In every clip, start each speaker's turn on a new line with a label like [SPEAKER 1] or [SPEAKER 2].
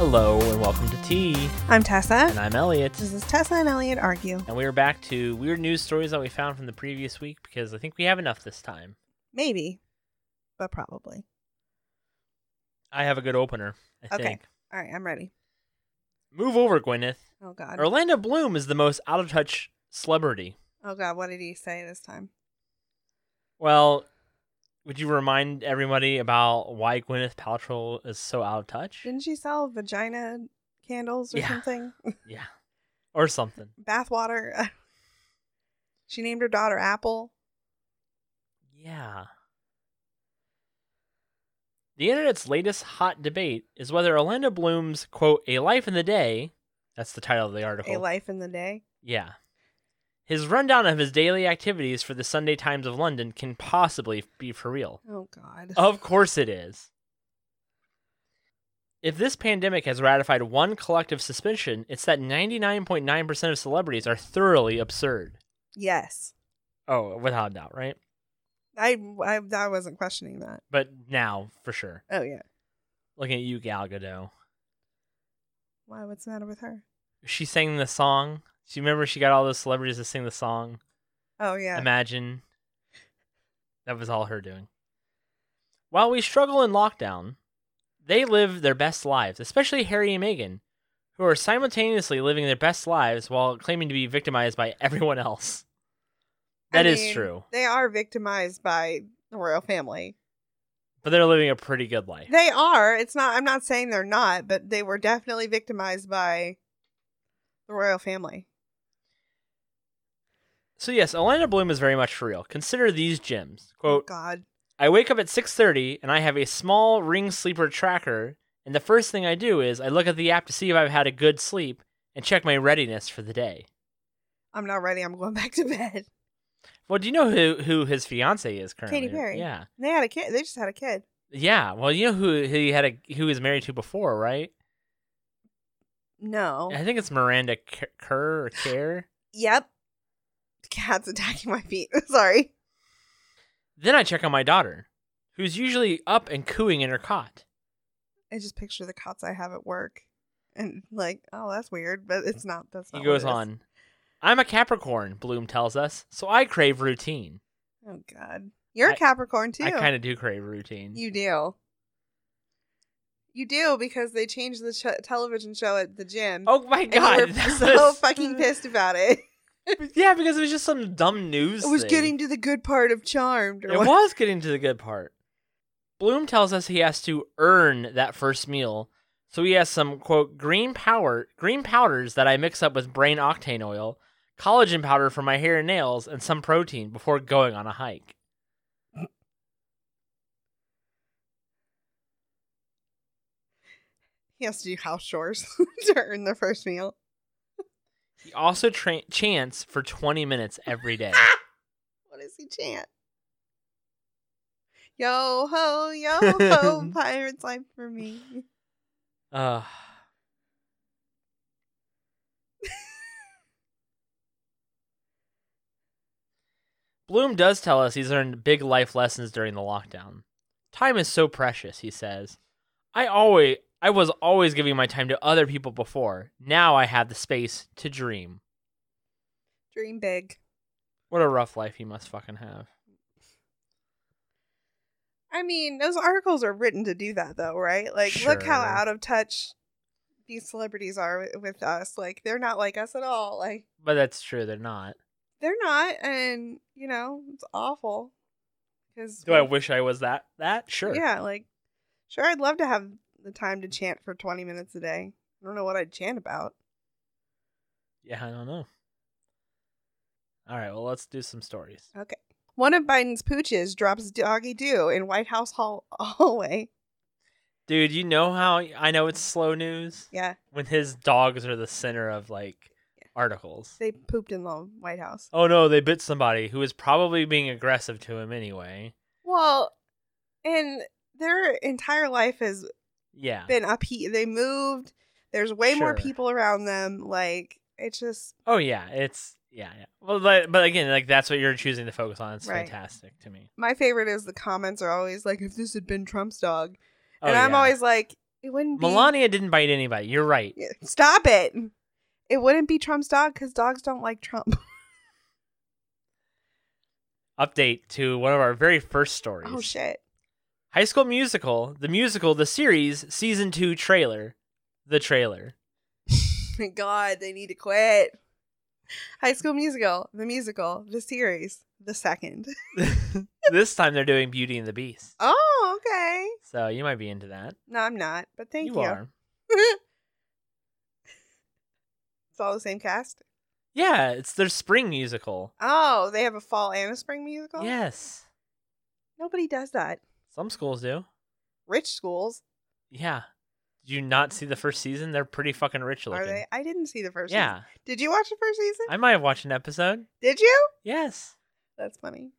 [SPEAKER 1] Hello and welcome to Tea.
[SPEAKER 2] I'm Tessa.
[SPEAKER 1] And I'm Elliot.
[SPEAKER 2] This is Tessa and Elliot argue.
[SPEAKER 1] And we are back to weird news stories that we found from the previous week because I think we have enough this time.
[SPEAKER 2] Maybe, but probably.
[SPEAKER 1] I have a good opener, I
[SPEAKER 2] Okay.
[SPEAKER 1] think.
[SPEAKER 2] All right, I'm ready.
[SPEAKER 1] Move over, Gwyneth.
[SPEAKER 2] Oh God.
[SPEAKER 1] Orlando Bloom is the most out of touch celebrity.
[SPEAKER 2] Oh God. What did he say this time?
[SPEAKER 1] Well, would you remind everybody about why Gwyneth Paltrow is so out of touch?
[SPEAKER 2] Didn't she sell vagina candles or
[SPEAKER 1] Yeah.
[SPEAKER 2] something?
[SPEAKER 1] yeah. Or something.
[SPEAKER 2] Bathwater. she named her daughter Apple.
[SPEAKER 1] Yeah. The internet's latest hot debate is whether Orlando Bloom's quote "A Life in the Day," that's the title of the article.
[SPEAKER 2] A life in the day.
[SPEAKER 1] Yeah. His rundown of his daily activities for the Sunday Times of London can possibly be for real.
[SPEAKER 2] Oh God.
[SPEAKER 1] Of course it is. If this pandemic has ratified one collective suspicion, it's that 99.9% of celebrities are thoroughly absurd.
[SPEAKER 2] Yes.
[SPEAKER 1] Oh, without a doubt, right?
[SPEAKER 2] I, I I wasn't questioning that.
[SPEAKER 1] But now, for sure.
[SPEAKER 2] Oh yeah.
[SPEAKER 1] Looking at you, Gal Gadot.
[SPEAKER 2] Why? What's the matter with her?
[SPEAKER 1] she sang the song. She remember she got all those celebrities to sing the song.
[SPEAKER 2] Oh yeah.
[SPEAKER 1] Imagine. That was all her doing. While we struggle in lockdown, they live their best lives, especially Harry and Meghan, who are simultaneously living their best lives while claiming to be victimized by everyone else.
[SPEAKER 2] I
[SPEAKER 1] That is
[SPEAKER 2] mean,
[SPEAKER 1] true,
[SPEAKER 2] They are victimized by the royal family.
[SPEAKER 1] but they're living a pretty good life.
[SPEAKER 2] They are. It's not. I'm not saying they're not, but they were definitely victimized by the royal family.
[SPEAKER 1] So yes, Elena Bloom is very much for real. Consider these gems. Quote,
[SPEAKER 2] oh God.
[SPEAKER 1] I wake up at 6:30 and I have a small ring sleeper tracker and the first thing I do is I look at the app to see if I've had a good sleep and check my readiness for the day.
[SPEAKER 2] I'm not ready. I'm going back to bed.
[SPEAKER 1] Well, do you know who who his fiance is currently?
[SPEAKER 2] Perry.
[SPEAKER 1] Yeah.
[SPEAKER 2] They had a kid. They just had a kid.
[SPEAKER 1] Yeah. Well, you know who he had a who he was married to before, right?
[SPEAKER 2] No.
[SPEAKER 1] I think it's Miranda K- Kerr or Kerr.
[SPEAKER 2] Yep. The cat's attacking my feet. Sorry.
[SPEAKER 1] then I check on my daughter, who's usually up and cooing in her cot.
[SPEAKER 2] I just picture the cots I have at work, and like, oh, that's weird, but it's not. That's not.
[SPEAKER 1] He
[SPEAKER 2] what
[SPEAKER 1] goes
[SPEAKER 2] it is.
[SPEAKER 1] on. I'm a Capricorn, Bloom tells us, so I crave routine.
[SPEAKER 2] Oh God. You're a
[SPEAKER 1] I-
[SPEAKER 2] Capricorn too.
[SPEAKER 1] I kind of do crave routine.
[SPEAKER 2] You do. You do because they changed the sh- television show at the gym.
[SPEAKER 1] Oh my
[SPEAKER 2] And
[SPEAKER 1] god!
[SPEAKER 2] we
[SPEAKER 1] that
[SPEAKER 2] were so
[SPEAKER 1] was-
[SPEAKER 2] fucking pissed about it.
[SPEAKER 1] Yeah, because it was just some dumb news.
[SPEAKER 2] It was
[SPEAKER 1] thing.
[SPEAKER 2] getting to the good part of Charmed. Or
[SPEAKER 1] It
[SPEAKER 2] what?
[SPEAKER 1] was getting to the good part. Bloom tells us he has to earn that first meal, so he has some quote green power green powders that I mix up with brain octane oil, collagen powder for my hair and nails, and some protein before going on a hike.
[SPEAKER 2] He has to do house chores to earn the first meal.
[SPEAKER 1] He also tra- chants for twenty minutes every day.
[SPEAKER 2] What does he chant? Yo ho, yo ho, pirate's life for me.
[SPEAKER 1] Uh, Bloom does tell us he's learned big life lessons during the lockdown. Time is so precious, he says. I always I was always giving my time to other people before. Now I have the space to dream.
[SPEAKER 2] Dream big.
[SPEAKER 1] What a rough life he must fucking have.
[SPEAKER 2] I mean, those articles are written to do that, though, right? Like, look how
[SPEAKER 1] Sure.
[SPEAKER 2] out of touch these celebrities are wi- with us. Like, they're not like us at all. Like,
[SPEAKER 1] But that's true, they're not.
[SPEAKER 2] they're not, and you know, it's awful. Because
[SPEAKER 1] Do I wish I was that that? Sure.
[SPEAKER 2] Yeah, like sure, I'd love to have the time to chant for twenty minutes a day. I don't know what I'd chant about.
[SPEAKER 1] Yeah, I don't know. Alright, well let's do some stories.
[SPEAKER 2] One of Biden's pooches drops doggy doo in White House hall- hallway.
[SPEAKER 1] Dude, you know how I know it's slow news?
[SPEAKER 2] Mm-hmm. Yeah,
[SPEAKER 1] when his dogs are the center of like articles.
[SPEAKER 2] they pooped in the White House.
[SPEAKER 1] Oh no, they bit somebody who was probably being aggressive to him anyway.
[SPEAKER 2] Well, and their entire life has
[SPEAKER 1] Yeah.
[SPEAKER 2] been upheated. They moved. There's way more
[SPEAKER 1] Sure.
[SPEAKER 2] people around them. Like it's just
[SPEAKER 1] Oh yeah, it's yeah, yeah. Well, but, but again, like that's what you're choosing to focus on. It's
[SPEAKER 2] Right.
[SPEAKER 1] fantastic to me.
[SPEAKER 2] my favorite is the comments are always like, if this had been Trump's dog,
[SPEAKER 1] Oh,
[SPEAKER 2] and I'm
[SPEAKER 1] yeah.
[SPEAKER 2] always like, It wouldn't be.
[SPEAKER 1] Melania didn't bite anybody. You're right.
[SPEAKER 2] Yeah, Stop it. It wouldn't be Trump's dog because dogs don't like Trump. Oh,
[SPEAKER 1] Update to one of our very first stories.
[SPEAKER 2] Oh, shit.
[SPEAKER 1] High School Musical, the musical, the series, season two trailer, the trailer.
[SPEAKER 2] God, they need to quit. High School Musical, the musical, the series, the second.
[SPEAKER 1] this time they're doing Beauty and the Beast,
[SPEAKER 2] Oh, okay.
[SPEAKER 1] so you might be into that.
[SPEAKER 2] No, I'm not, but thank you.
[SPEAKER 1] are.
[SPEAKER 2] It's all the same cast.
[SPEAKER 1] Yeah, it's their spring musical.
[SPEAKER 2] Oh, they have a fall and a spring musical?
[SPEAKER 1] Yes,
[SPEAKER 2] Nobody does that.
[SPEAKER 1] some schools do.
[SPEAKER 2] Rich schools,
[SPEAKER 1] Yeah. Did you not see the first season? They're pretty fucking rich looking.
[SPEAKER 2] are they? I didn't see the first season.
[SPEAKER 1] Yeah,
[SPEAKER 2] Did you watch the first season?
[SPEAKER 1] I might have watched an episode.
[SPEAKER 2] Did you?
[SPEAKER 1] Yes.
[SPEAKER 2] That's funny.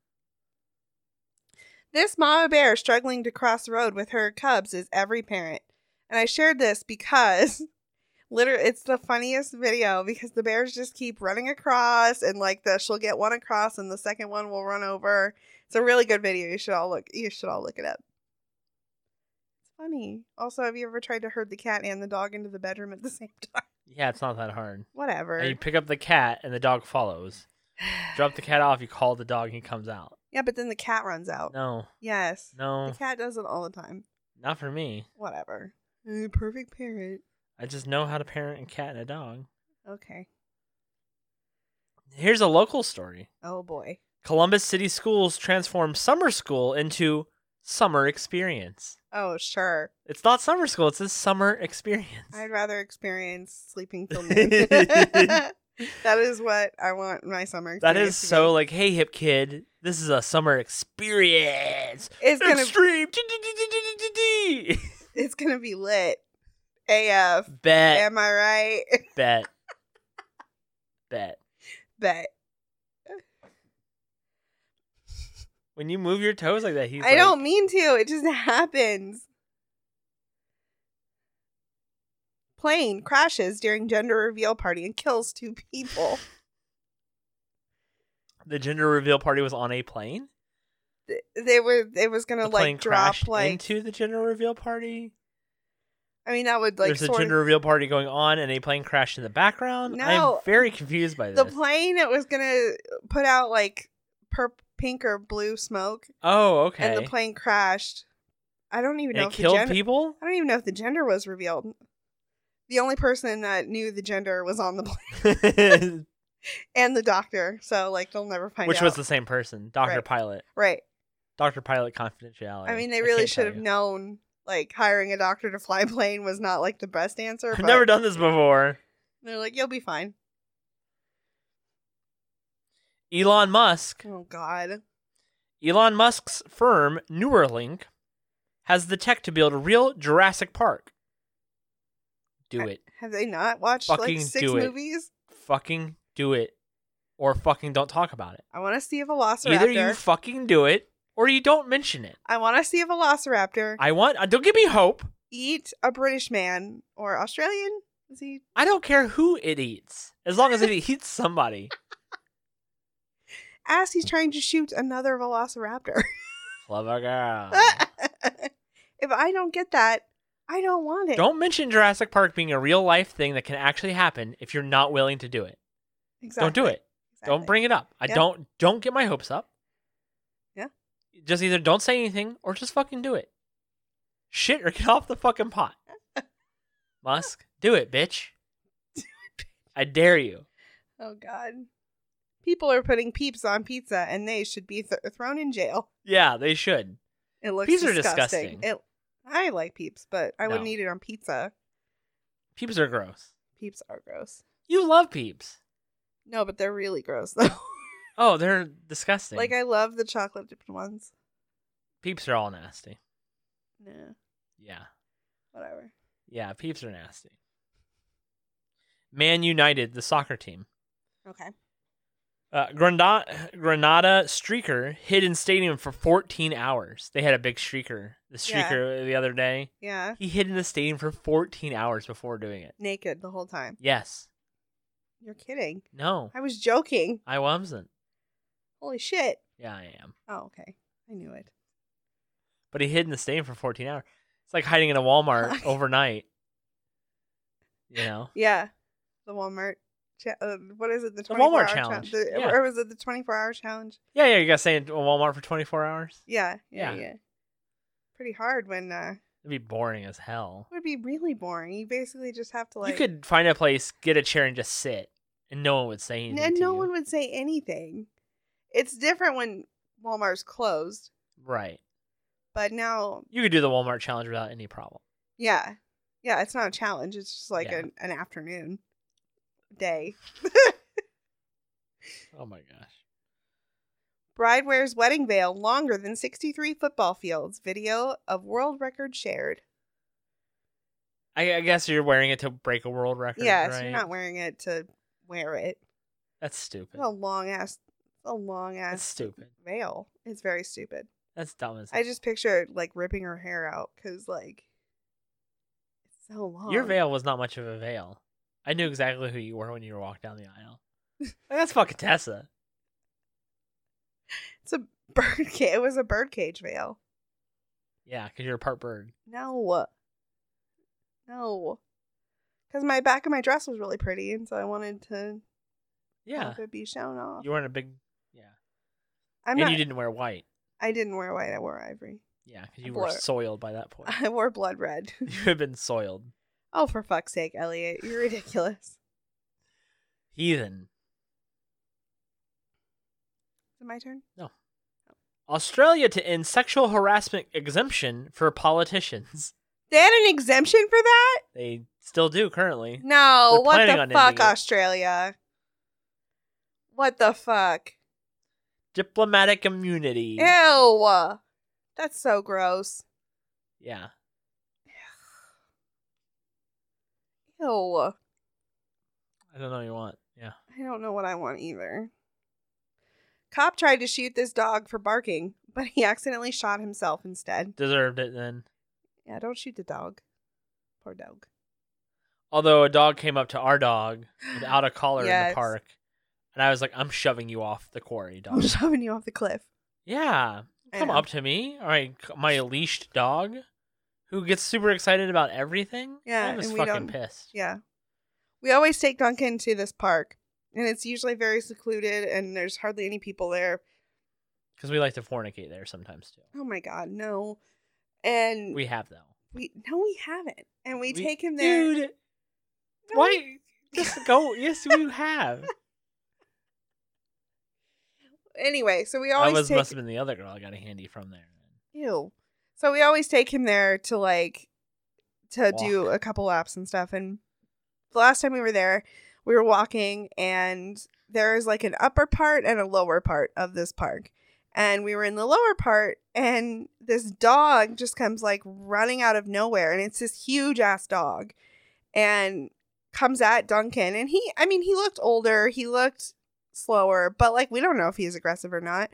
[SPEAKER 2] This mama bear struggling to cross the road with her cubs is every parent. And I shared this because literally it's the funniest video because the bears just keep running across and like the she'll get one across and the second one will run over. It's a really good video. You should all look you should all look it up. It's funny. Also, have you ever tried to herd the cat and the dog into the bedroom at the same time?
[SPEAKER 1] Yeah, it's not that hard. And you
[SPEAKER 2] Whatever.
[SPEAKER 1] pick up the cat, and the dog follows. Drop the cat off. You call the dog, and he comes out.
[SPEAKER 2] Yeah, but then the cat runs out.
[SPEAKER 1] No,
[SPEAKER 2] Yes.
[SPEAKER 1] no,
[SPEAKER 2] The cat does it all the time.
[SPEAKER 1] not for me.
[SPEAKER 2] whatever. Uh, perfect parent.
[SPEAKER 1] I just know how to parent a cat and a dog.
[SPEAKER 2] Okay.
[SPEAKER 1] Here's a local story.
[SPEAKER 2] Oh boy.
[SPEAKER 1] Columbus City Schools transform summer school into summer experience.
[SPEAKER 2] Oh sure.
[SPEAKER 1] It's not summer school, it's a summer experience.
[SPEAKER 2] I'd rather experience sleeping till noon. that is what I want my summer.
[SPEAKER 1] That is
[SPEAKER 2] experience to
[SPEAKER 1] so like, hey, hip kid, this is a summer experience.
[SPEAKER 2] be. It's gonna.
[SPEAKER 1] Extreme.
[SPEAKER 2] It's gonna be lit. AF.
[SPEAKER 1] bet,
[SPEAKER 2] Am I right?
[SPEAKER 1] bet, bet.
[SPEAKER 2] Bet.
[SPEAKER 1] When you move your toes like that, he's
[SPEAKER 2] I
[SPEAKER 1] like,
[SPEAKER 2] don't mean to. It just happens. Plane crashes during gender reveal party and kills two people.
[SPEAKER 1] the gender reveal party was on a plane.
[SPEAKER 2] Th- they were. It was gonna
[SPEAKER 1] The plane
[SPEAKER 2] like drop
[SPEAKER 1] crashed
[SPEAKER 2] like.
[SPEAKER 1] into the gender reveal party.
[SPEAKER 2] I mean, that would like
[SPEAKER 1] There's a
[SPEAKER 2] sort of
[SPEAKER 1] gender reveal party going on, and a plane crashed in the background. I'm
[SPEAKER 2] No.
[SPEAKER 1] very confused by this.
[SPEAKER 2] the plane it was gonna put out like perp pink or blue smoke
[SPEAKER 1] oh, okay.
[SPEAKER 2] and the plane crashed i don't even
[SPEAKER 1] And
[SPEAKER 2] know
[SPEAKER 1] it
[SPEAKER 2] if
[SPEAKER 1] killed
[SPEAKER 2] the gender-
[SPEAKER 1] people.
[SPEAKER 2] i don't even know if the gender was revealed the only person that knew the gender was on the plane
[SPEAKER 1] Which
[SPEAKER 2] and the doctor so like they'll never find out
[SPEAKER 1] was the same person, Doctor
[SPEAKER 2] Right.
[SPEAKER 1] Pilot.
[SPEAKER 2] right
[SPEAKER 1] Doctor Pilot confidentiality.
[SPEAKER 2] i mean they really
[SPEAKER 1] can't
[SPEAKER 2] should
[SPEAKER 1] tell
[SPEAKER 2] have
[SPEAKER 1] you.
[SPEAKER 2] known like hiring a doctor to fly a plane was not like the best answer
[SPEAKER 1] I've
[SPEAKER 2] but
[SPEAKER 1] never done this before.
[SPEAKER 2] they're like you'll be fine
[SPEAKER 1] Elon Musk.
[SPEAKER 2] oh god
[SPEAKER 1] Elon Musk's firm Neuralink has the tech to build a real Jurassic Park. Do it.
[SPEAKER 2] have they not watched
[SPEAKER 1] Fucking
[SPEAKER 2] like six
[SPEAKER 1] do it.
[SPEAKER 2] movies
[SPEAKER 1] Fucking do it. Or fucking don't talk about it.
[SPEAKER 2] i want to see a velociraptor
[SPEAKER 1] Either you fucking do it or you don't mention it.
[SPEAKER 2] i want to see a velociraptor
[SPEAKER 1] I want uh, don't give me hope.
[SPEAKER 2] eat a British man or Australian? Is he?
[SPEAKER 1] I don't care who it eats. As long as it eats somebody.
[SPEAKER 2] As he's trying to shoot another velociraptor.
[SPEAKER 1] Clever girl.
[SPEAKER 2] if I don't get that, I don't want it.
[SPEAKER 1] Don't mention Jurassic Park being a real life thing that can actually happen if you're not willing to do it.
[SPEAKER 2] Exactly.
[SPEAKER 1] Don't do it. Don't
[SPEAKER 2] Exactly.
[SPEAKER 1] bring it up. I
[SPEAKER 2] Yeah.
[SPEAKER 1] don't don't get my hopes up.
[SPEAKER 2] Yeah.
[SPEAKER 1] Just either don't say anything or just fucking do it. Shit or get off the fucking pot. Musk, do it, bitch. I dare you.
[SPEAKER 2] Oh God. People are putting peeps on pizza, and they should be th- thrown in jail.
[SPEAKER 1] Yeah, they should.
[SPEAKER 2] It looks
[SPEAKER 1] Peeps are
[SPEAKER 2] disgusting.
[SPEAKER 1] disgusting.
[SPEAKER 2] It. I like peeps, but I wouldn't
[SPEAKER 1] No.
[SPEAKER 2] eat it on pizza.
[SPEAKER 1] Peeps are gross.
[SPEAKER 2] Peeps are gross.
[SPEAKER 1] You love peeps.
[SPEAKER 2] No, but they're really gross though.
[SPEAKER 1] Oh, they're disgusting.
[SPEAKER 2] like I love the chocolate dipped ones.
[SPEAKER 1] peeps are all nasty.
[SPEAKER 2] Nah,
[SPEAKER 1] Yeah.
[SPEAKER 2] whatever.
[SPEAKER 1] Yeah, peeps are nasty. Man United, the soccer team.
[SPEAKER 2] Okay.
[SPEAKER 1] Uh, Granada, Granada streaker hid in stadium for 14 hours. They had a big streaker, the
[SPEAKER 2] Yeah.
[SPEAKER 1] streaker the other day.
[SPEAKER 2] Yeah.
[SPEAKER 1] He hid in the stadium for 14 hours before doing it.
[SPEAKER 2] Naked the whole time.
[SPEAKER 1] Yes.
[SPEAKER 2] You're kidding.
[SPEAKER 1] No,
[SPEAKER 2] I was joking.
[SPEAKER 1] I wasn't.
[SPEAKER 2] Holy shit.
[SPEAKER 1] Yeah, I am.
[SPEAKER 2] Oh, okay. I knew it.
[SPEAKER 1] But he hid in the stadium for 14 hours. It's like hiding in a Walmart overnight. You know?
[SPEAKER 2] Yeah, the Walmart. Cha- uh, what is it? The,
[SPEAKER 1] The
[SPEAKER 2] 24
[SPEAKER 1] Walmart
[SPEAKER 2] hour
[SPEAKER 1] challenge,
[SPEAKER 2] the-
[SPEAKER 1] yeah.
[SPEAKER 2] Or was it the twenty four hour challenge?
[SPEAKER 1] Yeah, yeah. You got to stay in a Walmart for 24 hours?
[SPEAKER 2] Yeah, yeah,
[SPEAKER 1] Yeah.
[SPEAKER 2] yeah. Pretty hard when uh,
[SPEAKER 1] It'd be boring as hell.
[SPEAKER 2] it would be really boring. You basically just have to like
[SPEAKER 1] you could find a place, get a chair, and just sit, and no one would say anything.
[SPEAKER 2] and
[SPEAKER 1] to
[SPEAKER 2] no
[SPEAKER 1] you.
[SPEAKER 2] one would say anything. It's different when Walmart's closed,
[SPEAKER 1] Right.
[SPEAKER 2] but now,
[SPEAKER 1] You could do the Walmart challenge without any problem.
[SPEAKER 2] yeah, yeah, it's not a challenge. It's just like
[SPEAKER 1] Yeah.
[SPEAKER 2] an, an afternoon day.
[SPEAKER 1] Oh my gosh.
[SPEAKER 2] Bride wears wedding veil longer than 63 football fields. Video of world record shared.
[SPEAKER 1] I, I guess you're wearing it to break a world record.
[SPEAKER 2] Yeah, so
[SPEAKER 1] right?
[SPEAKER 2] you're not Oh, wearing it to wear it.
[SPEAKER 1] That's stupid.
[SPEAKER 2] It's a long ass, it's a long
[SPEAKER 1] That's
[SPEAKER 2] ass
[SPEAKER 1] stupid.
[SPEAKER 2] veil. It's very stupid.
[SPEAKER 1] That's dumb as.
[SPEAKER 2] I just picture like ripping her hair out because like it's so long.
[SPEAKER 1] your veil was not much of a veil. I knew exactly who you were when you walked down the aisle. Like, that's fucking Tessa.
[SPEAKER 2] It's a bird. Ca- it was a birdcage veil.
[SPEAKER 1] Yeah, because you're a part
[SPEAKER 2] Oh,
[SPEAKER 1] bird.
[SPEAKER 2] No, no, because my back of my dress was really pretty, and so I wanted to
[SPEAKER 1] Yeah,
[SPEAKER 2] have it be shown off.
[SPEAKER 1] you weren't a big. Yeah,
[SPEAKER 2] I'm
[SPEAKER 1] and
[SPEAKER 2] not.
[SPEAKER 1] you didn't wear white.
[SPEAKER 2] I didn't wear white. I wore ivory.
[SPEAKER 1] Yeah, because
[SPEAKER 2] I
[SPEAKER 1] you were
[SPEAKER 2] wore-
[SPEAKER 1] soiled by that point.
[SPEAKER 2] I wore blood red.
[SPEAKER 1] you had been soiled,
[SPEAKER 2] oh, for fuck's sake, Elliot, you're ridiculous.
[SPEAKER 1] heathen.
[SPEAKER 2] Is it my turn?
[SPEAKER 1] Australia to end sexual harassment exemption for politicians.
[SPEAKER 2] They had an exemption for that.
[SPEAKER 1] They still do currently.
[SPEAKER 2] No,
[SPEAKER 1] They're
[SPEAKER 2] what
[SPEAKER 1] planning
[SPEAKER 2] the
[SPEAKER 1] on
[SPEAKER 2] fuck,
[SPEAKER 1] ending it.
[SPEAKER 2] Australia? What the fuck?
[SPEAKER 1] Diplomatic immunity.
[SPEAKER 2] Ew. That's so gross.
[SPEAKER 1] Yeah.
[SPEAKER 2] Ew.
[SPEAKER 1] I don't know what you want. Yeah.
[SPEAKER 2] I don't know what I want either. Cop tried to shoot this dog for barking, but he accidentally shot himself instead.
[SPEAKER 1] Deserved it then.
[SPEAKER 2] Yeah, don't shoot the dog. Poor dog.
[SPEAKER 1] Although a dog came up to our dog without a collar in the
[SPEAKER 2] Yes.
[SPEAKER 1] park. And I was like, I'm shoving you off the quarry,
[SPEAKER 2] I'm
[SPEAKER 1] dog.
[SPEAKER 2] shoving you off the cliff.
[SPEAKER 1] yeah.
[SPEAKER 2] I
[SPEAKER 1] Come
[SPEAKER 2] know.
[SPEAKER 1] up to me. All right. c- My leashed dog who gets super excited about everything.
[SPEAKER 2] Yeah,
[SPEAKER 1] I was
[SPEAKER 2] and we
[SPEAKER 1] fucking
[SPEAKER 2] don't-
[SPEAKER 1] pissed.
[SPEAKER 2] Yeah. We always take Duncan to this park, and it's usually very secluded, and there's hardly any people there.
[SPEAKER 1] Because we like to fornicate there sometimes too.
[SPEAKER 2] Oh my God, no. And
[SPEAKER 1] We have, though.
[SPEAKER 2] We no, we haven't, and we,
[SPEAKER 1] We-
[SPEAKER 2] take him there.
[SPEAKER 1] Dude.
[SPEAKER 2] No, we-
[SPEAKER 1] Why? Just go. Yes, we have.
[SPEAKER 2] Anyway, so we
[SPEAKER 1] I
[SPEAKER 2] always
[SPEAKER 1] was
[SPEAKER 2] take
[SPEAKER 1] must have been the other girl I got a handy from there.
[SPEAKER 2] ew. So we always take him there to like to do
[SPEAKER 1] Walk.
[SPEAKER 2] a couple laps and stuff. And the last time we were there, we were walking, and there is like an upper part and a lower part of this park. And we were in the lower part, and this dog just comes like running out of nowhere, and it's this huge ass dog, and comes at Duncan, and he, I mean, he looked older, he looked slower, but like we don't know if he's aggressive or not.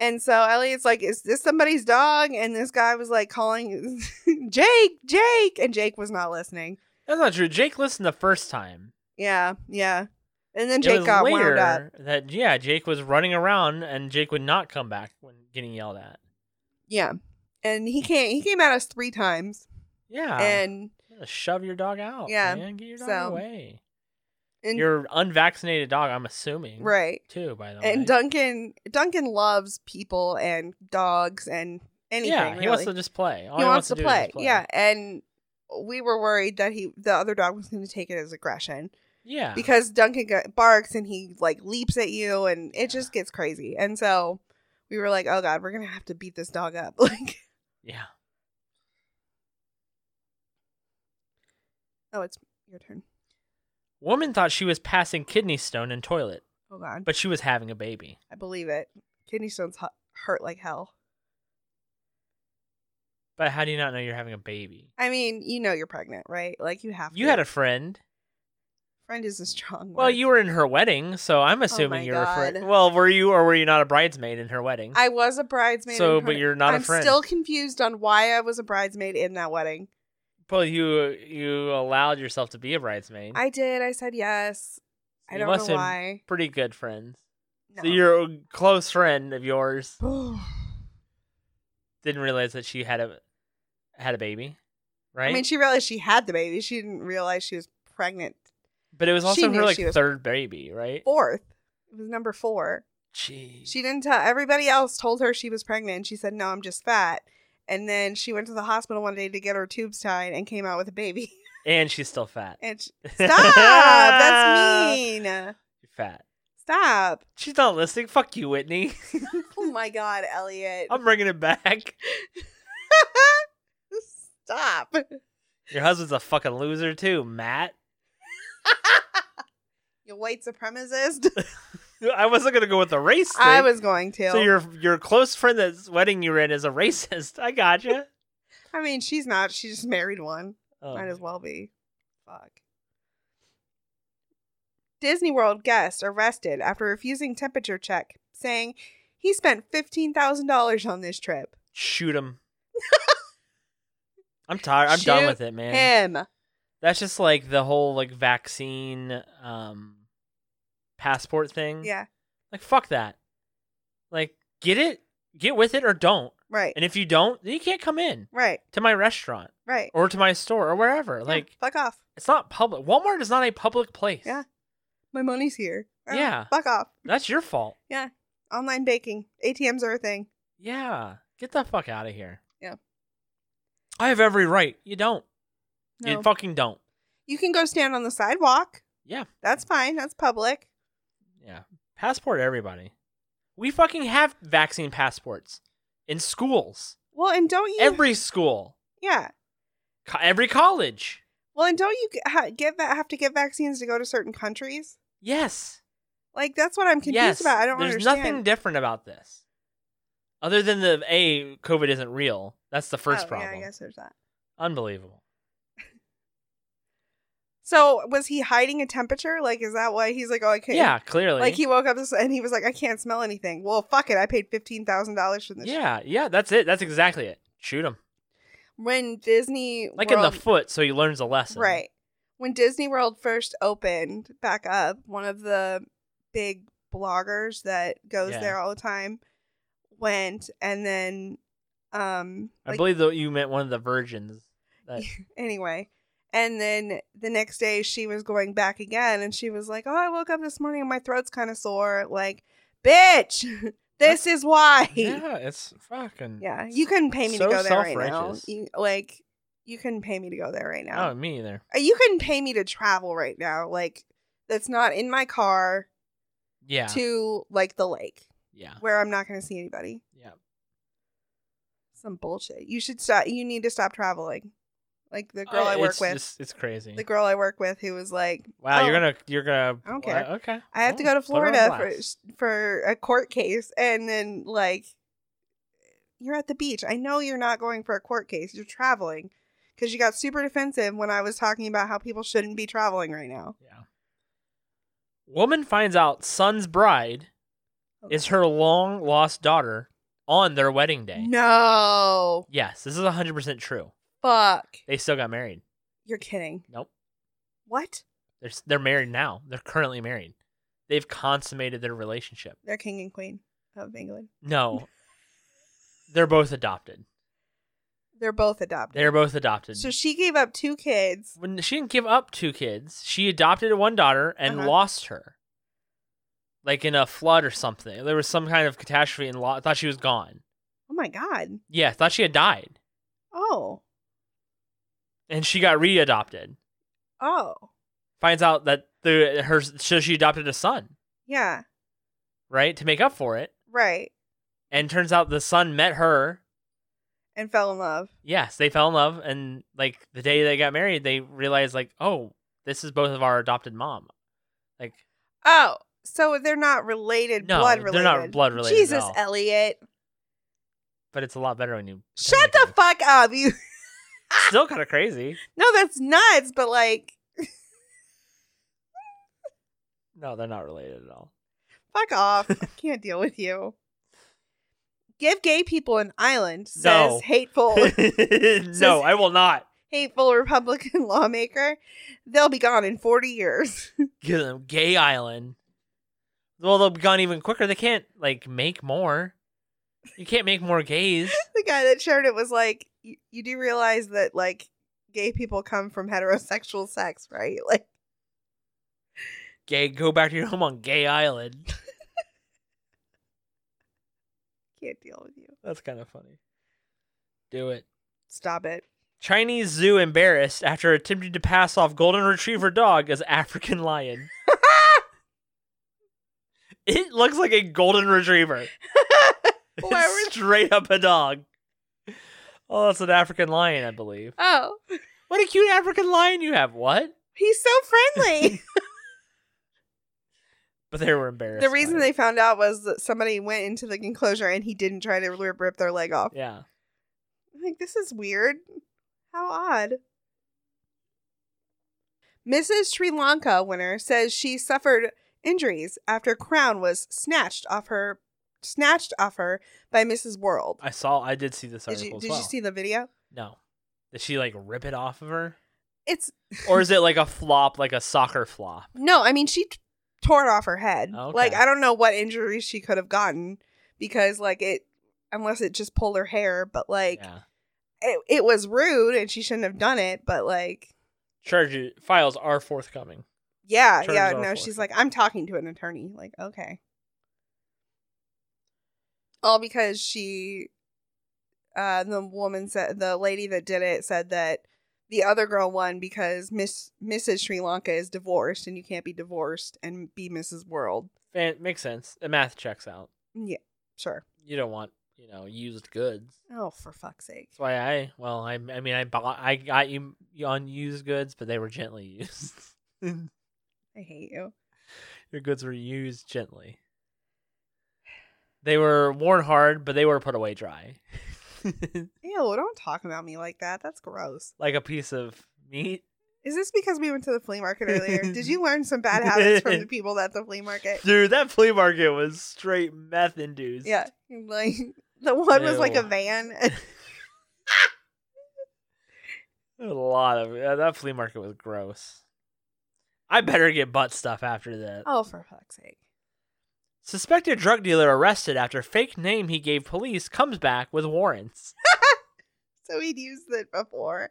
[SPEAKER 2] And so Elliot's like, "Is this somebody's dog?" And this guy was like calling, "Jake, Jake," and Jake was not listening.
[SPEAKER 1] That's not true. Jake listened the first time.
[SPEAKER 2] Yeah, yeah. And then
[SPEAKER 1] It
[SPEAKER 2] Jake
[SPEAKER 1] was
[SPEAKER 2] got wound up.
[SPEAKER 1] That yeah, Jake was running around and Jake would not come back when getting yelled at.
[SPEAKER 2] Yeah, and he came. He came at us three times,
[SPEAKER 1] Yeah,
[SPEAKER 2] and
[SPEAKER 1] shove your dog out.
[SPEAKER 2] Eh, Yeah,
[SPEAKER 1] man. get your dog
[SPEAKER 2] so-
[SPEAKER 1] away.
[SPEAKER 2] and
[SPEAKER 1] Your unvaccinated dog, I'm assuming.
[SPEAKER 2] right.
[SPEAKER 1] Too, by the way.
[SPEAKER 2] And Duncan, Duncan loves people and dogs and anything.
[SPEAKER 1] yeah, he wants to
[SPEAKER 2] really.
[SPEAKER 1] just play. All
[SPEAKER 2] he wants to
[SPEAKER 1] do is
[SPEAKER 2] play.
[SPEAKER 1] just
[SPEAKER 2] Yeah, and we were worried that he, the other dog, was going to take it as aggression.
[SPEAKER 1] yeah.
[SPEAKER 2] because Duncan go- barks and he like leaps at you and it just gets crazy. And so we were like, oh god, we're gonna have to beat this dog up. Like,
[SPEAKER 1] yeah.
[SPEAKER 2] oh, it's your turn.
[SPEAKER 1] Woman thought she was passing kidney stone in toilet,
[SPEAKER 2] Oh god,
[SPEAKER 1] but she was having a baby.
[SPEAKER 2] I believe it. Kidney stones hu- hurt like hell.
[SPEAKER 1] But how do you not know you're having a baby?
[SPEAKER 2] I mean, you know you're pregnant, right? Like you have.
[SPEAKER 1] You
[SPEAKER 2] to.
[SPEAKER 1] had a friend.
[SPEAKER 2] friend is a strong. Word.
[SPEAKER 1] Well, you were in her wedding, so I'm
[SPEAKER 2] Oh my
[SPEAKER 1] assuming you're a friend.
[SPEAKER 2] God.
[SPEAKER 1] Well, were you or were you not a bridesmaid in her wedding?
[SPEAKER 2] I was a bridesmaid.
[SPEAKER 1] so,
[SPEAKER 2] in her-
[SPEAKER 1] but you're not
[SPEAKER 2] I'm
[SPEAKER 1] a friend.
[SPEAKER 2] still confused on why I was a bridesmaid in that wedding.
[SPEAKER 1] Well, you you allowed yourself to be a bridesmaid.
[SPEAKER 2] I did. I said yes. I
[SPEAKER 1] You
[SPEAKER 2] don't
[SPEAKER 1] must
[SPEAKER 2] know
[SPEAKER 1] have-
[SPEAKER 2] why.
[SPEAKER 1] Pretty good friends.
[SPEAKER 2] No.
[SPEAKER 1] So your close friend of yours didn't realize that she had a had a baby, right?
[SPEAKER 2] I mean, she realized she had the baby. She didn't realize she was pregnant.
[SPEAKER 1] but it was
[SPEAKER 2] she
[SPEAKER 1] also
[SPEAKER 2] knew
[SPEAKER 1] her like
[SPEAKER 2] she was-
[SPEAKER 1] third baby, right?
[SPEAKER 2] Fourth. It was number four.
[SPEAKER 1] Jeez.
[SPEAKER 2] She didn't tell everybody else told her she was pregnant and she said, No, I'm just fat. And then she went to the hospital one day to get her tubes tied and came out with a baby.
[SPEAKER 1] and she's still fat.
[SPEAKER 2] And she, stop! That's mean.
[SPEAKER 1] Fat.
[SPEAKER 2] Stop.
[SPEAKER 1] She's not listening. Fuck you, Whitney.
[SPEAKER 2] Oh my god, Elliot.
[SPEAKER 1] I'm bringing it back.
[SPEAKER 2] Stop.
[SPEAKER 1] Your husband's a fucking loser too, Matt.
[SPEAKER 2] You white supremacist.
[SPEAKER 1] I wasn't gonna go with the race thing.
[SPEAKER 2] I was going to.
[SPEAKER 1] So your your close friend that's wedding you're in is a racist. I gotcha.
[SPEAKER 2] I mean, she's not. She just married one.
[SPEAKER 1] Oh.
[SPEAKER 2] Might as well be. Fuck. Disney World guest arrested after refusing temperature check, saying he spent fifteen thousand dollars on this trip.
[SPEAKER 1] Shoot him. I'm tired. I'm done
[SPEAKER 2] Shoot
[SPEAKER 1] with it, man.
[SPEAKER 2] Him.
[SPEAKER 1] That's just like the whole like vaccine um passport thing.
[SPEAKER 2] Yeah.
[SPEAKER 1] Like fuck that. Like get it, get with it or don't.
[SPEAKER 2] Right.
[SPEAKER 1] And if you don't, then you can't come in
[SPEAKER 2] Right.
[SPEAKER 1] to my restaurant
[SPEAKER 2] Right.
[SPEAKER 1] or to my store or wherever.
[SPEAKER 2] Yeah,
[SPEAKER 1] Like
[SPEAKER 2] fuck off.
[SPEAKER 1] it's not public. Walmart is not a public place.
[SPEAKER 2] Yeah. My money's here. Oh,
[SPEAKER 1] Yeah.
[SPEAKER 2] Fuck off.
[SPEAKER 1] That's your fault.
[SPEAKER 2] Online baking. ATMs are a thing.
[SPEAKER 1] Yeah. Get the fuck out of here.
[SPEAKER 2] Yeah.
[SPEAKER 1] I have every right. You don't.
[SPEAKER 2] No.
[SPEAKER 1] You fucking don't.
[SPEAKER 2] you can go stand on the sidewalk.
[SPEAKER 1] Yeah.
[SPEAKER 2] That's fine. That's public.
[SPEAKER 1] Yeah. Passport everybody. We fucking have vaccine passports in schools.
[SPEAKER 2] Well, and don't you?
[SPEAKER 1] Every school.
[SPEAKER 2] yeah.
[SPEAKER 1] Co- every college.
[SPEAKER 2] Well, and don't you g- ha- get that have to get vaccines to go to certain countries?
[SPEAKER 1] Yes.
[SPEAKER 2] Like that's what I'm confused
[SPEAKER 1] yes.
[SPEAKER 2] about. I don't
[SPEAKER 1] There's
[SPEAKER 2] understand.
[SPEAKER 1] nothing different about this. Other than the A, COVID isn't real. That's the first
[SPEAKER 2] Oh,
[SPEAKER 1] problem.
[SPEAKER 2] Yeah, I guess there's that.
[SPEAKER 1] Unbelievable.
[SPEAKER 2] So was he hiding a temperature? Like, is that why he's like, oh, I can't?
[SPEAKER 1] Yeah, clearly.
[SPEAKER 2] Like he woke up this and he was like, I can't smell anything. Well, fuck it. I paid fifteen thousand dollars for this.
[SPEAKER 1] yeah, yeah, that's it. That's exactly it. Shoot him.
[SPEAKER 2] When Disney
[SPEAKER 1] Like in
[SPEAKER 2] World,
[SPEAKER 1] the foot so he learns a lesson.
[SPEAKER 2] right when Disney World first opened back up, one of the big bloggers that goes
[SPEAKER 1] Yeah.
[SPEAKER 2] there all the time went, and then um,
[SPEAKER 1] I
[SPEAKER 2] like,
[SPEAKER 1] believe that you meant one of the virgins. That,
[SPEAKER 2] anyway and then the next day she was going back again and she was like oh i woke up this morning and my throat's kind of sore like bitch this is why yeah,
[SPEAKER 1] yeah, it's fucking.
[SPEAKER 2] you couldn't pay me
[SPEAKER 1] So
[SPEAKER 2] to go there right now
[SPEAKER 1] self-righteous.
[SPEAKER 2] you, like you couldn't pay me to go there right now
[SPEAKER 1] Oh, me either.
[SPEAKER 2] Uh, you couldn't pay me to travel right now like that's not in my car
[SPEAKER 1] Yeah. Uh.
[SPEAKER 2] to like the lake
[SPEAKER 1] yeah.
[SPEAKER 2] where i'm not going to see anybody
[SPEAKER 1] Yeah.
[SPEAKER 2] some bullshit you should stop you need to stop traveling like the girl i, work
[SPEAKER 1] Uh, it's
[SPEAKER 2] with
[SPEAKER 1] just- it's crazy.
[SPEAKER 2] the girl i work with who was like
[SPEAKER 1] wow,
[SPEAKER 2] oh.
[SPEAKER 1] you're gonna you're gonna.
[SPEAKER 2] I don't care.
[SPEAKER 1] Wha- okay.
[SPEAKER 2] I have to
[SPEAKER 1] Oh,
[SPEAKER 2] go to
[SPEAKER 1] put her on
[SPEAKER 2] Florida for
[SPEAKER 1] blast.
[SPEAKER 2] for a court case, and then like you're at the beach. I know you're not going for a court case. You're traveling because you got super defensive when I was talking about how people shouldn't be traveling right now.
[SPEAKER 1] Yeah. Woman finds out son's bride is her long lost daughter on their wedding day.
[SPEAKER 2] No,
[SPEAKER 1] Yes, this is 100 percent true.
[SPEAKER 2] fuck,
[SPEAKER 1] They still got married.
[SPEAKER 2] you're kidding.
[SPEAKER 1] Nope.
[SPEAKER 2] What?
[SPEAKER 1] They're s- they're married now. They're currently married. They've consummated their relationship.
[SPEAKER 2] They're king and queen of England.
[SPEAKER 1] No. They're both adopted.
[SPEAKER 2] They're both adopted.
[SPEAKER 1] They're both adopted.
[SPEAKER 2] so she gave up two kids.
[SPEAKER 1] when she didn't give up two kids. She adopted one daughter and
[SPEAKER 2] Uh-huh.
[SPEAKER 1] lost her, like in a flood or something. There was some kind of catastrophe and lo- thought she was gone.
[SPEAKER 2] Oh my god.
[SPEAKER 1] Yeah, thought she had died,
[SPEAKER 2] Oh.
[SPEAKER 1] and she got readopted.
[SPEAKER 2] Oh.
[SPEAKER 1] Finds out that the her so she adopted a son,
[SPEAKER 2] Yeah.
[SPEAKER 1] right, to make up for it.
[SPEAKER 2] Right.
[SPEAKER 1] And turns out the son met her.
[SPEAKER 2] And fell in love.
[SPEAKER 1] Yes, they fell in love, and like the day they got married, they realized like, oh, this is both of our adopted mom. Like,
[SPEAKER 2] Oh, so they're not related,
[SPEAKER 1] No,
[SPEAKER 2] blood
[SPEAKER 1] they're
[SPEAKER 2] related.
[SPEAKER 1] not blood related at
[SPEAKER 2] Jesus,
[SPEAKER 1] all.
[SPEAKER 2] Elliot.
[SPEAKER 1] but it's a lot better when you
[SPEAKER 2] Shut the fuck up. You
[SPEAKER 1] still kind of crazy.
[SPEAKER 2] No, that's nuts, but like
[SPEAKER 1] No, they're not related at all.
[SPEAKER 2] fuck off. I can't deal with you. Give gay people an island, says
[SPEAKER 1] No.
[SPEAKER 2] hateful
[SPEAKER 1] no, I will not.
[SPEAKER 2] hateful Republican lawmaker. They'll be gone in 40 years.
[SPEAKER 1] Give them gay island. Well, they'll be gone even quicker. They can't like make more. You can't make more gays.
[SPEAKER 2] the guy that shared it was like, "You you do realize that like gay people come from heterosexual sex, right? Like,
[SPEAKER 1] Gay, go back to your home on Gay Island.
[SPEAKER 2] can't deal with you.
[SPEAKER 1] That's kind of funny. Do it.
[SPEAKER 2] Stop it.
[SPEAKER 1] Chinese zoo embarrassed after attempting to pass off golden retriever dog as African lion. it looks like a golden retriever.
[SPEAKER 2] Why
[SPEAKER 1] It's
[SPEAKER 2] were-
[SPEAKER 1] straight up a dog. Oh, that's an African lion, I believe.
[SPEAKER 2] Oh,
[SPEAKER 1] What a cute African lion you have. What?
[SPEAKER 2] he's so friendly.
[SPEAKER 1] But they were embarrassed.
[SPEAKER 2] the
[SPEAKER 1] by
[SPEAKER 2] reason
[SPEAKER 1] it.
[SPEAKER 2] they found out was that somebody went into the enclosure and he didn't try to rip rip their leg off.
[SPEAKER 1] Yeah.
[SPEAKER 2] Like, this is weird. How odd. Mrs. Sri Lanka winner says she suffered injuries after crown was snatched off her snatched off her by Mrs. World.
[SPEAKER 1] I saw I did see this
[SPEAKER 2] Did
[SPEAKER 1] article
[SPEAKER 2] you
[SPEAKER 1] as
[SPEAKER 2] did
[SPEAKER 1] well.
[SPEAKER 2] you see the video?
[SPEAKER 1] No. Did she like rip it off of her?
[SPEAKER 2] It's
[SPEAKER 1] Or is it like a flop, like a soccer flop?
[SPEAKER 2] no, I mean she t- tore it off her head.
[SPEAKER 1] Oh, Okay.
[SPEAKER 2] Like I don't know what injuries she could have gotten because like it unless it just pulled her hair, but like
[SPEAKER 1] yeah.
[SPEAKER 2] it, it was rude and she shouldn't have done it, but like
[SPEAKER 1] Charges files are forthcoming.
[SPEAKER 2] Yeah,
[SPEAKER 1] Terms
[SPEAKER 2] yeah.
[SPEAKER 1] are
[SPEAKER 2] No,
[SPEAKER 1] for
[SPEAKER 2] she's
[SPEAKER 1] it.
[SPEAKER 2] like, I'm talking to an attorney. Like, okay. All because she, uh, the woman said, the lady that did it said that the other girl won because Miss Mrs. Sri Lanka is divorced and you can't be divorced and be Mrs. World.
[SPEAKER 1] And makes sense. The math checks out.
[SPEAKER 2] Sure.
[SPEAKER 1] You don't want, you know, used goods.
[SPEAKER 2] Oh, for fuck's sake.
[SPEAKER 1] That's why I well, I I mean I bought I got you on used goods, but they were gently used. Your
[SPEAKER 2] I hate you.
[SPEAKER 1] goods were used gently. They were worn hard, but they were put away dry.
[SPEAKER 2] Ew, don't talk about me like that. That's gross.
[SPEAKER 1] like a piece of meat
[SPEAKER 2] Is this because we went to the flea market earlier? Did you learn some bad habits from the people at the flea market?
[SPEAKER 1] Dude, that flea market was straight meth induced.
[SPEAKER 2] Yeah, like the one was like a
[SPEAKER 1] Ew.
[SPEAKER 2] van.
[SPEAKER 1] There was a lot of yeah, that flea market was gross. I better get butt stuff after that.
[SPEAKER 2] oh, for fuck's sake!
[SPEAKER 1] Suspected drug dealer arrested after fake name he gave police comes back with warrants.
[SPEAKER 2] So he'd used it before.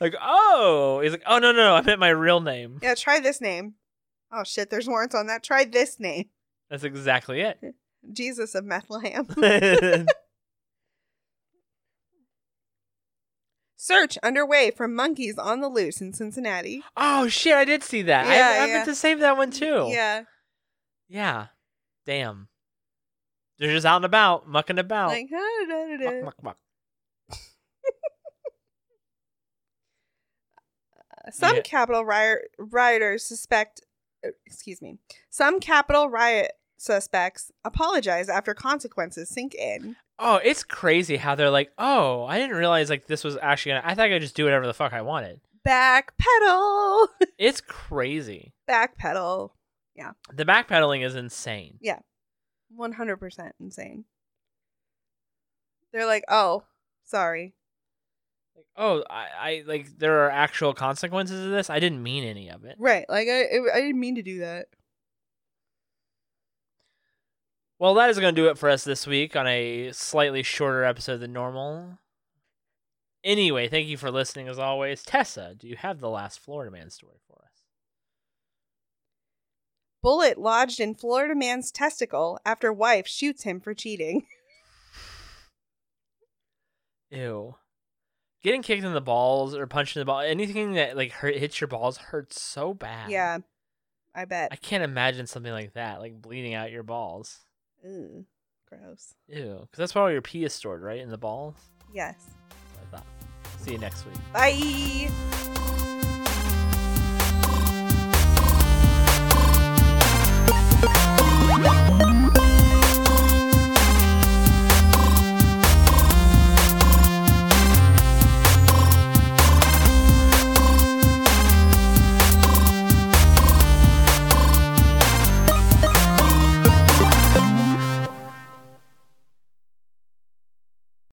[SPEAKER 1] Like, oh, he's like, oh no no no, I meant my real name.
[SPEAKER 2] Yeah, try this name. Oh shit, there's warrants on that. Try this name,
[SPEAKER 1] That's exactly it.
[SPEAKER 2] Jesus of Bethlehem. Search underway for monkeys on the loose in Cincinnati.
[SPEAKER 1] oh shit, I did see that.
[SPEAKER 2] Yeah,
[SPEAKER 1] I, I
[SPEAKER 2] yeah.
[SPEAKER 1] meant to save that one too.
[SPEAKER 2] Yeah,
[SPEAKER 1] Yeah. Damn. They're just out and about, mucking about.
[SPEAKER 2] like ah, da, da, da,
[SPEAKER 1] Muck,
[SPEAKER 2] da.
[SPEAKER 1] muck, muck.
[SPEAKER 2] Some
[SPEAKER 1] Yeah.
[SPEAKER 2] Capitol riot- rioters suspect, uh, excuse me, some Capitol riot suspects apologize after consequences sink in.
[SPEAKER 1] Oh, it's crazy how they're like, oh, I didn't realize like this was actually gonna. I thought I could just do whatever the fuck I wanted.
[SPEAKER 2] Backpedal,
[SPEAKER 1] It's crazy.
[SPEAKER 2] backpedal.
[SPEAKER 1] The backpedaling is insane.
[SPEAKER 2] One hundred percent insane. They're like, oh, sorry.
[SPEAKER 1] Oh, I, I like there are actual consequences of this. I didn't mean any of it.
[SPEAKER 2] Right. Like I, I didn't mean to do that.
[SPEAKER 1] Well, that is gonna do it for us this week on a slightly shorter episode than normal. Anyway, thank you for listening as always. Tessa, do you have the last Florida man story for us?
[SPEAKER 2] Bullet lodged in Florida man's testicle after wife shoots him for cheating.
[SPEAKER 1] Ew. Getting kicked in the balls or punched in the ball, anything that like hurt, hits your balls hurts so bad.
[SPEAKER 2] Yeah, I bet.
[SPEAKER 1] I can't imagine something like that, like bleeding out your balls.
[SPEAKER 2] Ugh, gross.
[SPEAKER 1] Ew, because that's where all your pee is stored, right? In the balls.
[SPEAKER 2] Yes.
[SPEAKER 1] That's what I thought. See you next week.
[SPEAKER 2] Bye.